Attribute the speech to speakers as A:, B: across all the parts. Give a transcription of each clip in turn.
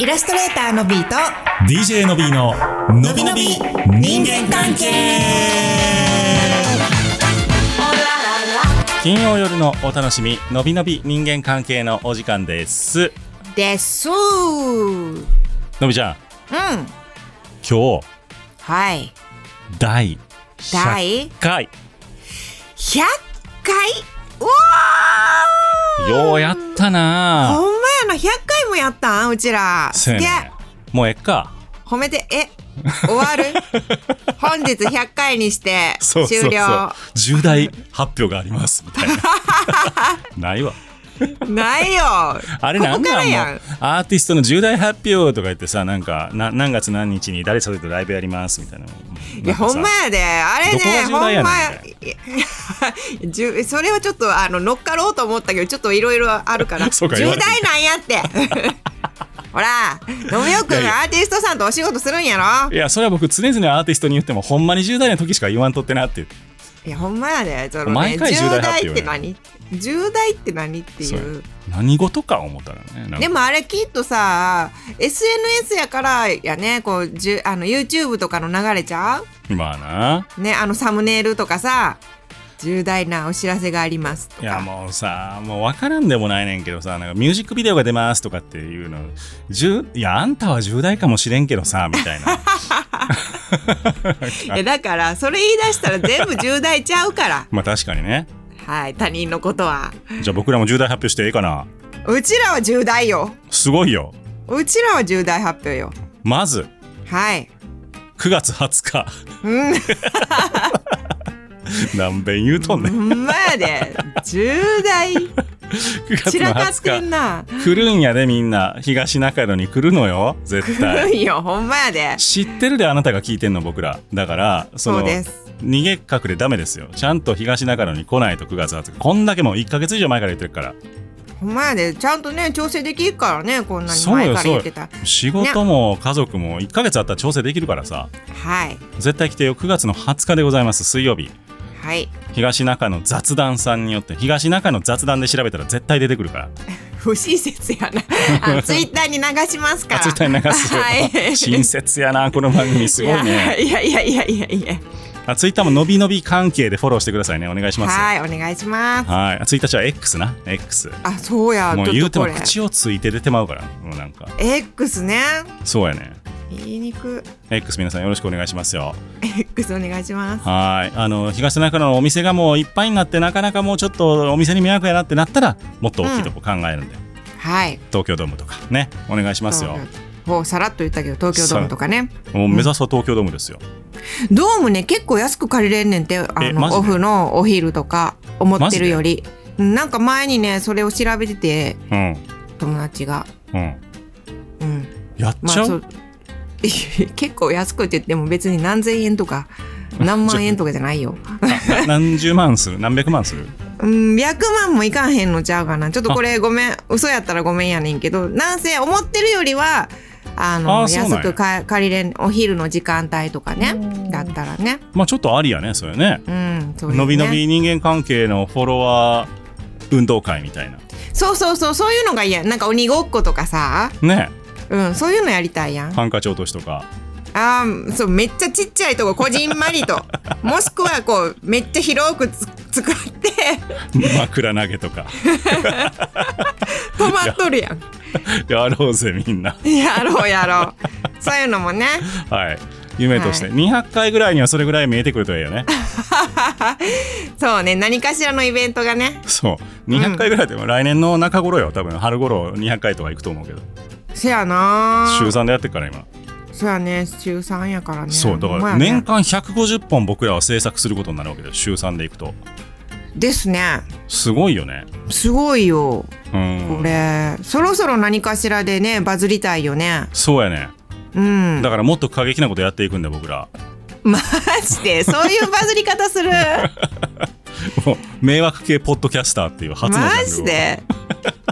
A: イラストレーターのビーと
B: DJ の B ののびのび人間関係金曜夜のお楽しみのびのび人間関係のお時間です
A: ですうん
B: のびちゃん今日
A: はい
B: 第100回
A: 100回うわ
B: ようやった
A: ーほ
B: なん
A: まやな100回もやったんうちらす
B: せや
A: げえ
B: ねもうえっか
A: 褒めてえ終わ る本日100回にして
B: そうそうそ
A: 終
B: う
A: 了
B: 重大発表がありますみたい なないわ
A: ないよ
B: あれなん
A: ここから
B: だ
A: や
B: も
A: ん
B: うアーティストの重大発表とか言ってさなんかな何月何日に誰それとライブやりますみたいなもう
A: いや
B: なんか
A: ほ
B: さ
A: んまやであれ
B: どこ
A: ね
B: が
A: ほ
B: 重
A: んま
B: 大やねん
A: いや じゅそれはちょっとあの乗っかろうと思ったけどちょっといろいろあるから
B: そ
A: 重
B: うか
A: 大
B: 言われて
A: なんやって ほら飲みよくん
B: いやいや
A: アーティストさんとお仕事するんやろ
B: いやそれは僕常々アーティストに言ってもほんまに重大な時しか言わんとってなって
A: いやほんまやでそのね
B: 毎回重大発
A: 重大って
B: 表やね
A: 何重大って何っていう
B: 何事か思ったらねなんか
A: でもあれきっとさ SNS やからやねこうじゅあの YouTube とかの流れちゃ
B: まあな
A: うねあのサムネイルとかさ重大なお知らせがありますとか
B: いやもうさもう分からんでもないねんけどさなんかミュージックビデオが出ますとかっていうの重いやあんたは重大かもしれんけどさみたいな
A: えだからそれ言い出したら全部重大ちゃうから
B: まあ確かにね
A: はい他人のことは
B: じゃあ僕らも重大発表していいかな
A: うちらは重大よ
B: すごいよ
A: うちらは重大発表よ
B: まず
A: はい
B: 9月20日
A: うん
B: 何遍言うとんねん
A: ほんまや で重大
B: 9月
A: 散ら
B: の
A: かってん
B: 20日
A: な
B: 来るんやでみんな東中野に来るのよ絶
A: う
B: 対
A: んよほんまやで
B: 知ってるであなたが聞いてんの僕らだからその
A: そうです
B: 逃げ隠れダメですよちゃんと東中野に来ないと9月20日こんだけもう1か月以上前から言ってるから
A: ほんまやでちゃんとね調整できるからねこんなに前から言ってた
B: 仕事も家族も1か月あったら調整できるからさ
A: はい
B: 絶対来てよ9月の20日でございます水曜日
A: はい
B: 東中野雑談さんによって東中野雑談で調べたら絶対出てくるから
A: 不親切や なあツイッターに流しますから
B: あツイッターに流す、
A: はい
B: 親切やなこの番組すごいね
A: いやいやいやいやいや
B: あツイッターものびのび関係でフォローしてくださいねお願いしますはい
A: はいお願いします
B: あツイッターは X な X
A: あそうやちょっ
B: もう
A: と
B: 言うても
A: これ
B: 口をついて出てまうからもうなんか
A: X ね
B: そうやね
A: 言いにく
B: X 皆さんよろしくお願いしますよ
A: X お願いします
B: はいあの東中野のお店がもういっぱいになってなかなかもうちょっとお店に迷惑やなってなったらもっと大きいとこ考えるんで、
A: はい
B: 東京ドームとかねお願いしますよ
A: ほうさらっと言ったけど東京ドームとかね
B: もう目指すは東京ドームですよ
A: ドームね結構安く借りれんねんってあ
B: え
A: の
B: マジで
A: オフのお昼とか思ってるよりうんなんか前にねそれを調べてて
B: うん
A: 友達が
B: うん
A: うん
B: やっ
A: ま
B: ちゃ
A: あ
B: う、
A: そう 結構安くって言っても別に何千円とか何万円とかじゃないよ。
B: な何十万する何百万する
A: うん、100万もいかんへんのちゃうかな。ちょっとこれごめん、嘘やったらごめんやねんけど、なんせ思ってるよりは、あの、
B: あそうなんや
A: 安くか借りれん、お昼の時間帯とかね、だったらね。
B: まあちょっとありやねそれね
A: うん、そうですね
B: のびのび人間関係のフォロワー運動会みたいな
A: そうそうそう、そういうのが嫌。なんか鬼ごっことかさ、
B: ね
A: うん、そういうのやりたいやん。
B: ハンカチ落としとか
A: あーそうめっちゃちっちゃいとここじんまり ともしくはこうめっちゃ広くつ使 って
B: 枕投げとか
A: 止まっとるやん
B: やろうぜみんな
A: やろうやろ うそういうのもね
B: はい夢として、
A: は
B: 200回ぐらいにはそれぐらい見えてくるといいよね
A: そうね何かしらのイベントがね
B: そう200回ぐらいでも来年の中頃よ多分春頃200回とか行くと思うけど
A: せやな
B: 週3でやってっから今、
A: そやね週3やからね
B: そうだか
A: ほんま
B: ら
A: やね
B: 年間150本僕らは制作することになるわけだよ週3で行くと
A: ですね
B: すごいよね
A: すごいよ
B: う
A: こ
B: ん
A: れ、そろそろ何かしらでねバズりたいよね
B: そうやね
A: うん
B: だからもっと過激なことやっていくんだよ僕ら
A: マジでそういうバズり方する
B: もう迷惑系ポッドキャスターっていう初のジャンルを
A: マジ で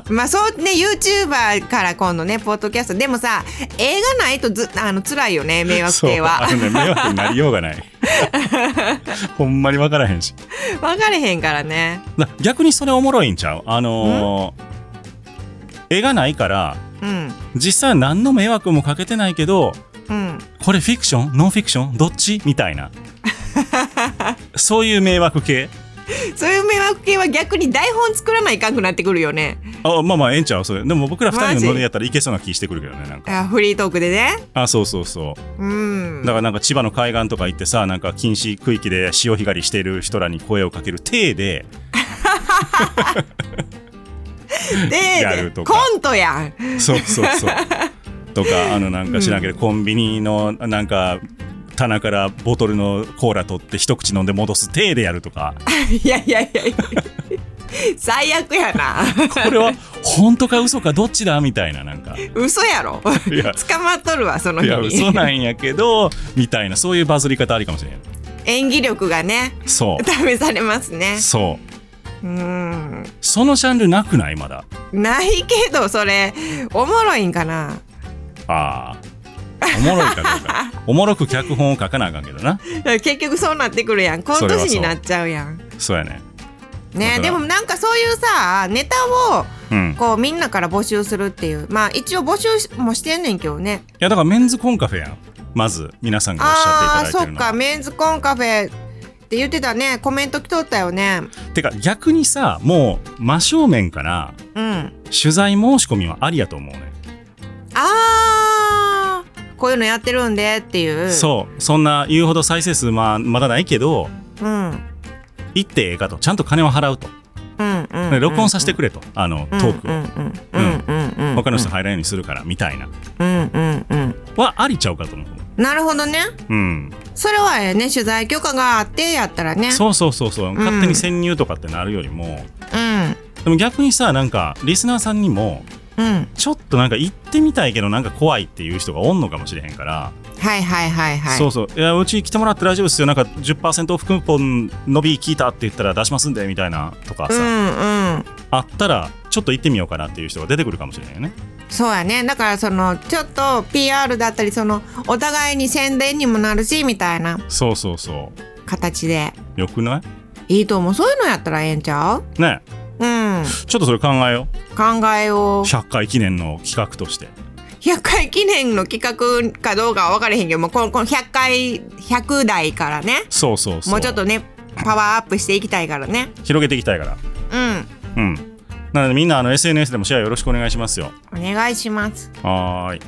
A: まあそうね YouTuber から今度ねポッドキャストでもさ映画ないとずあの辛いよね迷惑
B: そう
A: 系は
B: あのね迷惑になりようがない ほんまに分からへんし
A: 分かれへんからね
B: な逆にそれおもろいんちゃうあのー絵がないから
A: うん
B: 実際は何の迷惑もかけてないけど
A: うん
B: これフィクションノンフィクションどっちみた いなそういう迷惑系
A: そういう迷惑系は逆に台本作らないかんくなってくるよね
B: あまあまあええんちゃうそれでも僕ら2
A: マ
B: 人
A: ジ
B: のノリやったらいけそうな気してくるけどねな んか
A: あフリートークでね
B: あそうそうそう
A: うん
B: だからなんか千葉の海岸とか行ってさなんか禁止区域で潮干狩りしてる人らに声をかける体でやる
A: で
B: と
A: で
B: か
A: コントやん
B: そうそうそうとかあのなんか知らんけど、コンビニのなんか棚からボトルのコーラ取って一口飲んで戻す体でやるとか
A: いやいやいやいや最悪やな
B: これは本当か嘘かどっちだみたいななんか
A: 嘘やろ
B: いや
A: 捕まっとるわその
B: い
A: 日
B: や
A: に
B: 嘘なんやけどみたいなそういうバズり方ありかもしれない
A: 演技力がね
B: そ
A: 試されますね
B: うそう
A: うん
B: そのジャンルなくないまだ
A: ないけどそれおもろいんかな
B: ああおもろいかどうかおもろく脚本を書かなあかんけどな
A: 結局そうなってくるやんコン
B: そ
A: ト
B: れはそう
A: 師になっちゃうやん
B: そうやね
A: ね
B: 本当だ
A: でもなんかそういうさネタを
B: うんい
A: こうみんなから募集するっていうまあ一応募集もしてんねんけどね
B: やだからメンズコンカフェやんまず皆さんがおっしゃ
A: あ
B: って
A: あ
B: いただい
A: そ
B: てる
A: っ
B: の
A: かメンズコンカフェって言ってたねコメント来とったよね
B: てか逆にさもう真正面から
A: うん
B: 取材申し込みはありやと思うね、
A: あーこういうのやってるんでっていう
B: そうそんな言うほど再生数まあまだないけど
A: う、うん、うん
B: 行ってええかとちゃんと金を払うと、
A: うんうん
B: で録音させてくれと、あのトークを、
A: うんうんうんうんうんうん
B: 他の人入らないようにするからみたいな
A: うんうんうん
B: はありちゃうかと思う
A: なるほどね
B: うん
A: それはええね取材許可があってやったらね
B: そうそうそうそう勝手に潜入とかってなるよりも、
A: うん
B: でも逆にさなんかリスナーさんにも
A: うん
B: ちょっとなんか行ってみたいけどなんか怖いっていう人がおんのかもしれへんから、
A: はいはいはいはい
B: そうそういやうち来てもらって大丈夫ですよなんか10%オフクーポン伸び聞いたって言ったら出しますんでみたいなとか
A: う
B: さ、
A: んうん
B: あったらちょっと行ってみようかなっていう人が出てくるかもしれないよね
A: そうやねだからそのちょっと PR だったりそのお互いに宣伝にもなるしみたいな
B: そうそうそ
A: 形で
B: うよくない
A: いいと思うそういうのやったらええんちゃう
B: ねえ
A: うん
B: ちょっとそれ考えよ
A: 考え
B: う
A: を
B: 100回記念の企画として
A: 100回記念の企画かどうかは分からへんけどもうこのこの100回100台からね
B: そうそうそう
A: もうちょっとねパワーアップしていきたいからね
B: 広げていきたいから
A: うん
B: うんなのでみんなあの SNS でもシェアよろしくお願いしますよ
A: お願いします
B: はーい。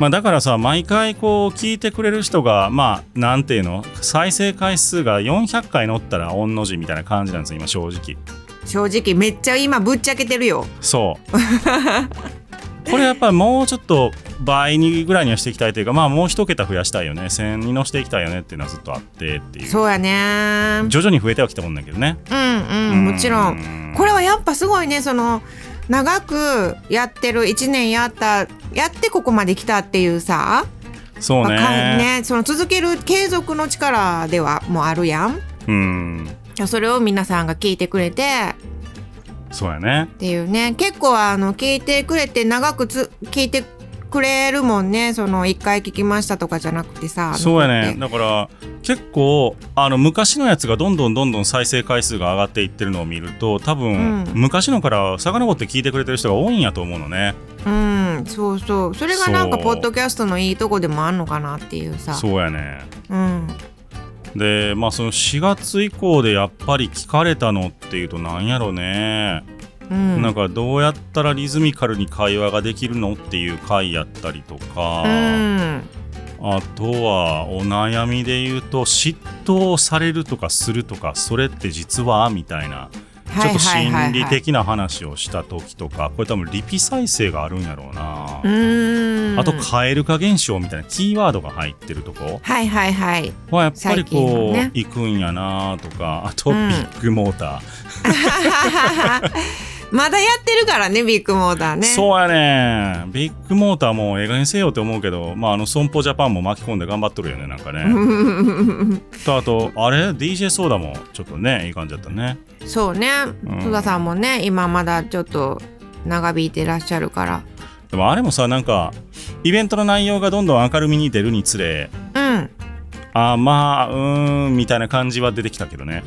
B: まあ、だからさ毎回こう聞いてくれる人がまあなんていうの再生回数が400回乗ったら御の字みたいな感じなんですよ今正直
A: 正直めっちゃ今ぶっちゃけてるよ
B: そう これやっぱりもうちょっと倍にぐらいにはしていきたいというかまあもう一桁増やしたいよね1000にのしていきたいよねっていうのはずっとあってっていう
A: そうやね
B: 徐々に増えてはきたもんだけどね
A: うんう
B: う
A: ん
B: ん
A: もちろんこれはやっぱすごいねその長くやってる1年やったやってここまで来たっていうさ、
B: そうね
A: まあかねその続ける継続の力ではもうあるやん
B: うん
A: それを皆さんが聞いてくれて
B: そうやね
A: っていうね結構あの聞いてくれて長くつ聞いてくれるもんねその1回聞きましたとかじゃなくてさ
B: そうや
A: 残
B: ね
A: って
B: だから結構あの昔のやつがどんどんどんどん再生回数が上がっていってるのを見ると多分、
A: うん
B: 昔のから遡って聞いてくれてる人が多いんやと思うのね
A: うんそうそうそれがなんか
B: そう
A: ポッドキャストのいいとこでもあんのかなっていうさ
B: そうやね
A: うん
B: でまあその4月以降でやっぱり聞かれたのっていうとなんやろね、
A: うん
B: なんかどうやったらリズミカルに会話ができるのっていう回やったりとか、
A: うん
B: あとはお悩みで言うと嫉妬をされるとかするとかそれって実はみたいなちょっと心理的な話をした時とか、これ多分リピ再生があるんやろうな、
A: うーん
B: あと蛙化現象みたいなキーワードが入ってるとこ
A: はいはいはい
B: はやっぱり
A: 最近
B: こ
A: の
B: う、
A: ね
B: 行くんやなとかあと
A: う
B: ビ
A: ん
B: ッグモータ
A: まだやってるからねビッグモーター
B: ー、
A: ねう
B: そうやねビッグモーターもええ加減にせよって思うけど、まあ、あの損保ジャパンも巻き込んで頑張っとるよねなんかねとあとあれ DJ ソーダもちょっとねいい感じだったね
A: そうね
B: うん
A: 戸田さんもね今まだちょっと長引いてらっしゃるから
B: でもあれもさなんかイベントの内容がどんどん明るみに出るにつれ
A: うん
B: あーまあうーんみたいな感じは出てきたけどね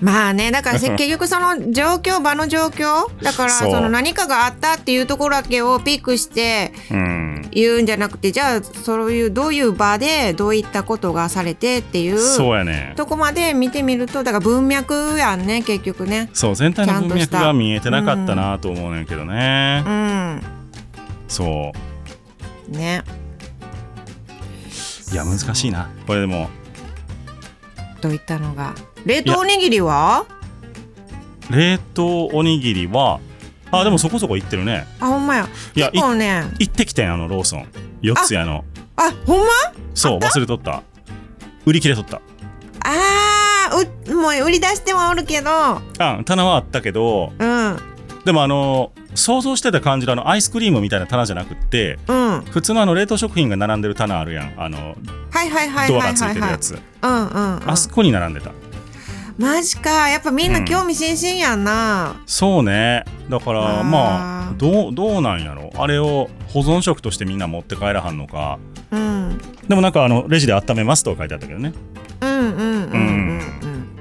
A: まあねだ からせ結局その状況場の状況だから
B: そう
A: その何かがあったっていうところだけをピックして
B: うん、
A: 言うんじゃなくてじゃあそういうどういう場でどういったことがされてっていう
B: そうやね
A: とこまで見てみるとだから文脈やんね結局ね。
B: そう全体の文
A: ちゃんとし
B: 脈
A: た
B: が見えてなかったなと思うねんけどね、
A: うん
B: そう
A: ね。
B: いや難しいなこれでも
A: といったのが冷凍おにぎりは
B: 冷凍おにぎりはあでもそこそこいってるね
A: あほんまや
B: いや
A: 結構ね
B: 行ってきたんやあのローソン四つやの
A: あほんま
B: そう忘れとった売り切れとった
A: あーうもう売り出してはおるけど
B: あ棚はあったけど
A: うん
B: でもあの想像してた感じのあのアイスクリームみたいな棚じゃなくって
A: うん
B: 普通のあの冷凍食品が並んでる棚あるやんあの
A: はいはいはい
B: ドア
A: は
B: が
A: い
B: つ
A: はいい
B: てる
A: は
B: や
A: い
B: つ
A: うんうん、うん、
B: あそこに並んでた
A: マジかやっぱみん
B: う
A: なん興味津々やんな、
B: そうねだから
A: あー
B: まあどうどうなんやろあれを保存食としてみんな持って帰らはんのか
A: うん、うん
B: でもなんかあのレジで温めますとは書いてあったけどね
A: うんうんうんうんうん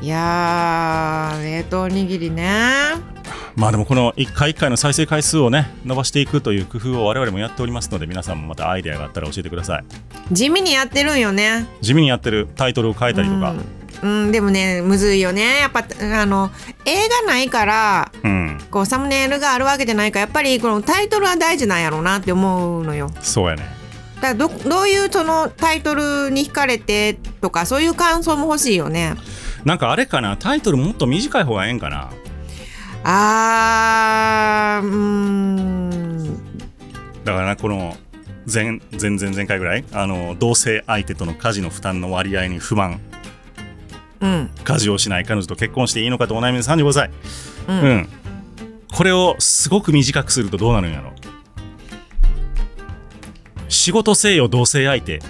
A: いやー冷凍おにぎりね
B: まあでもこの1回1回の再生回数をね伸ばしていくという工夫を我々もやっておりますので皆さんもまたアイデアがあったら教えてください
A: 地味にやってるんよね
B: 地味にやってるタイトルを変えたりとか
A: うん、うんでもねむずいよねやっぱあの映画ないから
B: うん、
A: こうサムネイルがあるわけじゃないからやっぱりこのタイトルは大事なんやろうなって思うのよ
B: そうやね
A: だからどどういうそのタイトルに惹かれてとかそういう感想も欲しいよね
B: なんかあれかなタイトルもっと短い方がええんかな
A: あーうーん
B: だからなこの前前前々回ぐらいあの同性相手との家事の負担の割合に不満
A: うん
B: 家事をしない彼女と結婚していいのかとお悩みの35歳
A: う
B: うんん、これをすごく短くするとどうなるんやろ仕事せよ同性相手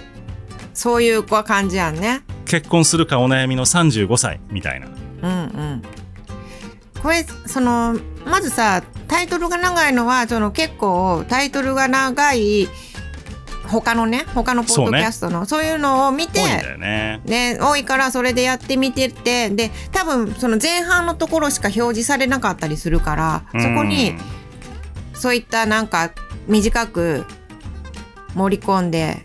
A: そういうこう感じやんね
B: 結婚するかお悩みの35歳みたいな
A: うんうんこれそのまずさタイトルが長いのはその結構タイトルが長い他のね他のポッドキャストのそう,、いうのを見て
B: 多いんだよね
A: ね、多いからそれでやってみてってで多分その前半のところしか表示されなかったりするからそこ
B: う
A: に
B: ん
A: そういったなんか短く盛り込んで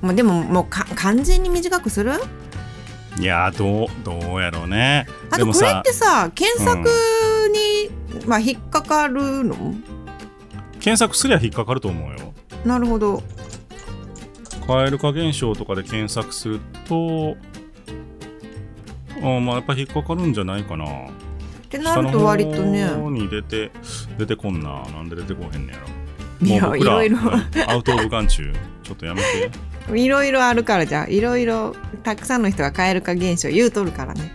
A: もうでももうか完全に短くする
B: いやーどうどうやろうね
A: あ
B: で
A: と
B: も
A: これっ
B: さ
A: てさ検索に、まあ、引っかかるの
B: 検索すりゃ引っかかると思うよ
A: なるほど
B: 蛙化現象とかで検索するとあまあやっぱ引っかかるんじゃないかな
A: ってな
B: 下
A: る
B: の
A: と割とね
B: 方に出て出てこんななんで出てこうへんねやろ
A: いや
B: もう僕ら
A: いろいろ
B: アウト・オブ・眼中ちょっとやめて
A: いろいろあるからじゃあいろいろたくさんの人が蛙化現象言うとるからね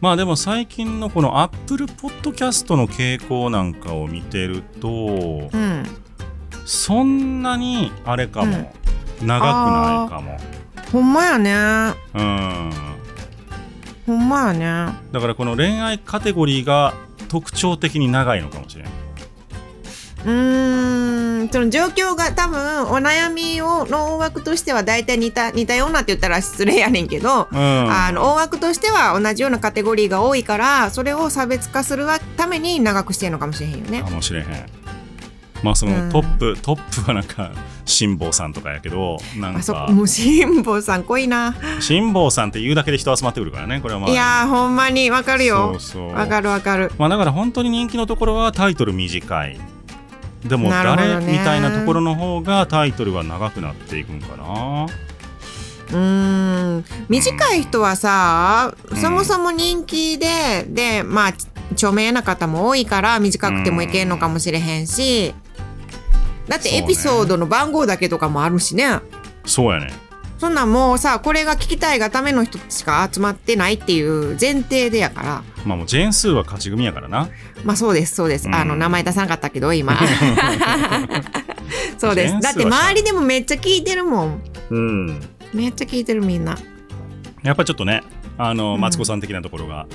B: まあでも最近のこのアップルポッドキャストの傾向なんかを見てると
A: うん
B: そんなにあれかも、長くないかも
A: ほんまやね
B: うん
A: ほんまやね
B: だからこの恋愛カテゴリーが特徴的に長いのかもしれない、
A: うーんその状況が多分お悩みをの大枠としては大体似た似たようなって言ったら失礼やねんけど、
B: うん、
A: あの大枠としては同じようなカテゴリーが多いからそれを差別化するわために長くしてるのかもしれへんよね
B: か。もしれへんまあそ
A: うん
B: のトップ、トップはなんか辛坊さんとかやけどなん
A: あそ
B: か
A: もう辛坊さん濃いな。
B: 辛坊さんって言うだけで人集まってくるからねこれはまあ
A: いやーほんまにわかるよ
B: そう。そう
A: わかるわかる。
B: まあ、だから本当に人気のところはタイトル短いでも
A: なるほど
B: 誰、
A: ね
B: みたいなところの方がタイトルが長くなっていくんかな
A: うーん短い人はさ、
B: ん
A: そもそも人気ででまあち著名な方も多いから短くてもいけんのかもしれへんし、だって
B: そう
A: エ
B: ね
A: ピソードの番号だけとかもあるしね
B: そうやね
A: そんなんもうさこれが聞きたいがための人しか集まってないっていう前提でやから
B: まあもうジェーンスーは勝ち組やからな
A: まあそうですそうです、
B: うん
A: あの名前出さなかったけど 今そうですだ
B: ジェーンスーは
A: って周りでもめっちゃ聞いてるもん
B: うん
A: めっちゃ聞いてるみんな
B: やっぱちょっとねあの
A: うん
B: マツコさん的なところが、
A: う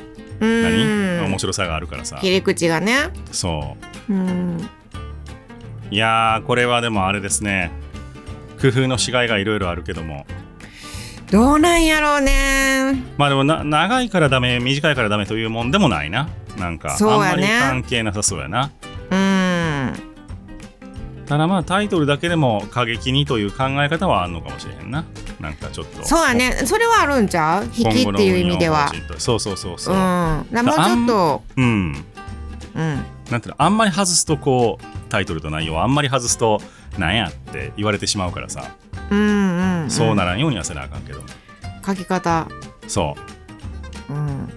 B: 何
A: ん
B: 面白さがあるからさ
A: 切り口がね
B: そ
A: うん
B: ういやーこれはでもあれですね工夫のしがいがいろいろあるけども
A: どうなんやろうね
B: まあでもな長いからダメ短いからダメというもんでもないななんかあん
A: そう
B: ま
A: や
B: り
A: ね
B: 関係なさそうやな
A: うん
B: ただまあタイトルだけでも過激にという考え方はあるのかもしれへんななんかちょっと
A: そうやねそれはあるんちゃう引
B: 今
A: き
B: 後
A: っ
B: の
A: ていう意味では
B: 運用法人とそうそうそうそうう、
A: んだからもうちょっ
B: うん、
A: とうん
B: なんていうのあんまり外すとこうタイトルと内容をあんまり外すとなんやって言われてしまうからさ、
A: うんうん、うん、
B: そうならんようにはせなあかんけど
A: 書き方
B: そう
A: うん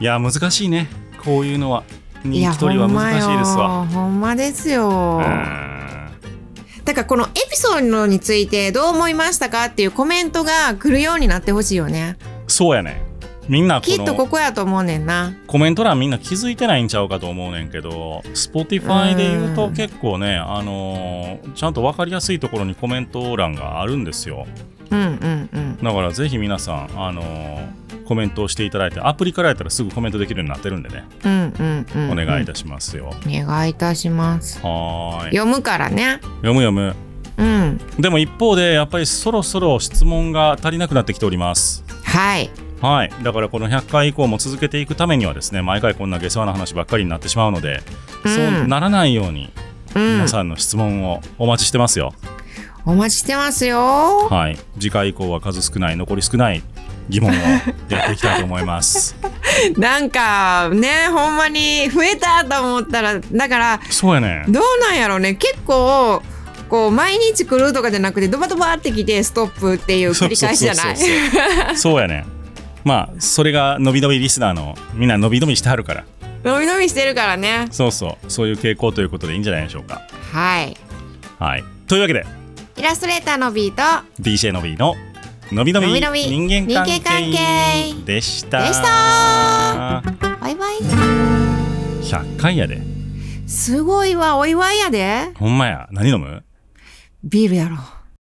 B: いや難しいねこういうのは人
A: いや
B: 気取りは難しいです
A: ほんまよ
B: わ
A: ほんまですよ
B: うーん
A: だからこのエピソードについてどう思いましたかっていうコメントが来るようになってほしいよね
B: そうやねみんなこ
A: きっとこ
B: の
A: こやと思うねんな
B: コメント欄みんな気づいてないんちゃうかと思うねんけど Spotify で言う
A: う
B: と
A: ん
B: 結構ね、あのーちゃんと分かりやすいところにコメント欄があるんですよ
A: うんうんうん
B: だからぜひ皆さん、あのーコメントをしていただいてアプリからやったらすぐコメントできるようになってるんでね
A: うんうんうん、
B: お願いい
A: だ
B: たしますよ。
A: お願いいたします
B: はーい。
A: 読むからね
B: 読む読む。
A: うん
B: でも一方でやっぱりそろそろ質問が足りなくなってきております。
A: はい
B: はい。だからこの100回以降も続けていくためにはですね、毎回こんな下世話な話ばっかりになってしまうので、
A: うん
B: そうならないように
A: うん
B: 皆さんの質問をお待ちしてますよ。
A: お待ちしてますよ
B: はい。次回以降は数少ない残り少ない疑問をやっていきたいと思い ます。
A: なんかねほんまに増えたと思ったらだから
B: そうやね。
A: どうなんやろうね結構こう毎日来るとかじゃなくてドバドバって来てストップっていう繰り返しじゃない
B: そうそうそうそうそうやね。まあそれがのびのびリスナーのみんなのびのびしてはるから。
A: 伸び伸びしてるからね
B: そうそう、そういう傾向ということでいいんじゃないでしょうか。
A: はい
B: はい。というわけで、
A: イラストレーターのビート
B: DJ のびののびのび
A: のびのび
B: 人間関
A: 人間関
B: 係でした。
A: でしたバイバイ
B: 100回やで。
A: すごいわお祝いやで
B: ほんまや。何飲む
A: ビールやろ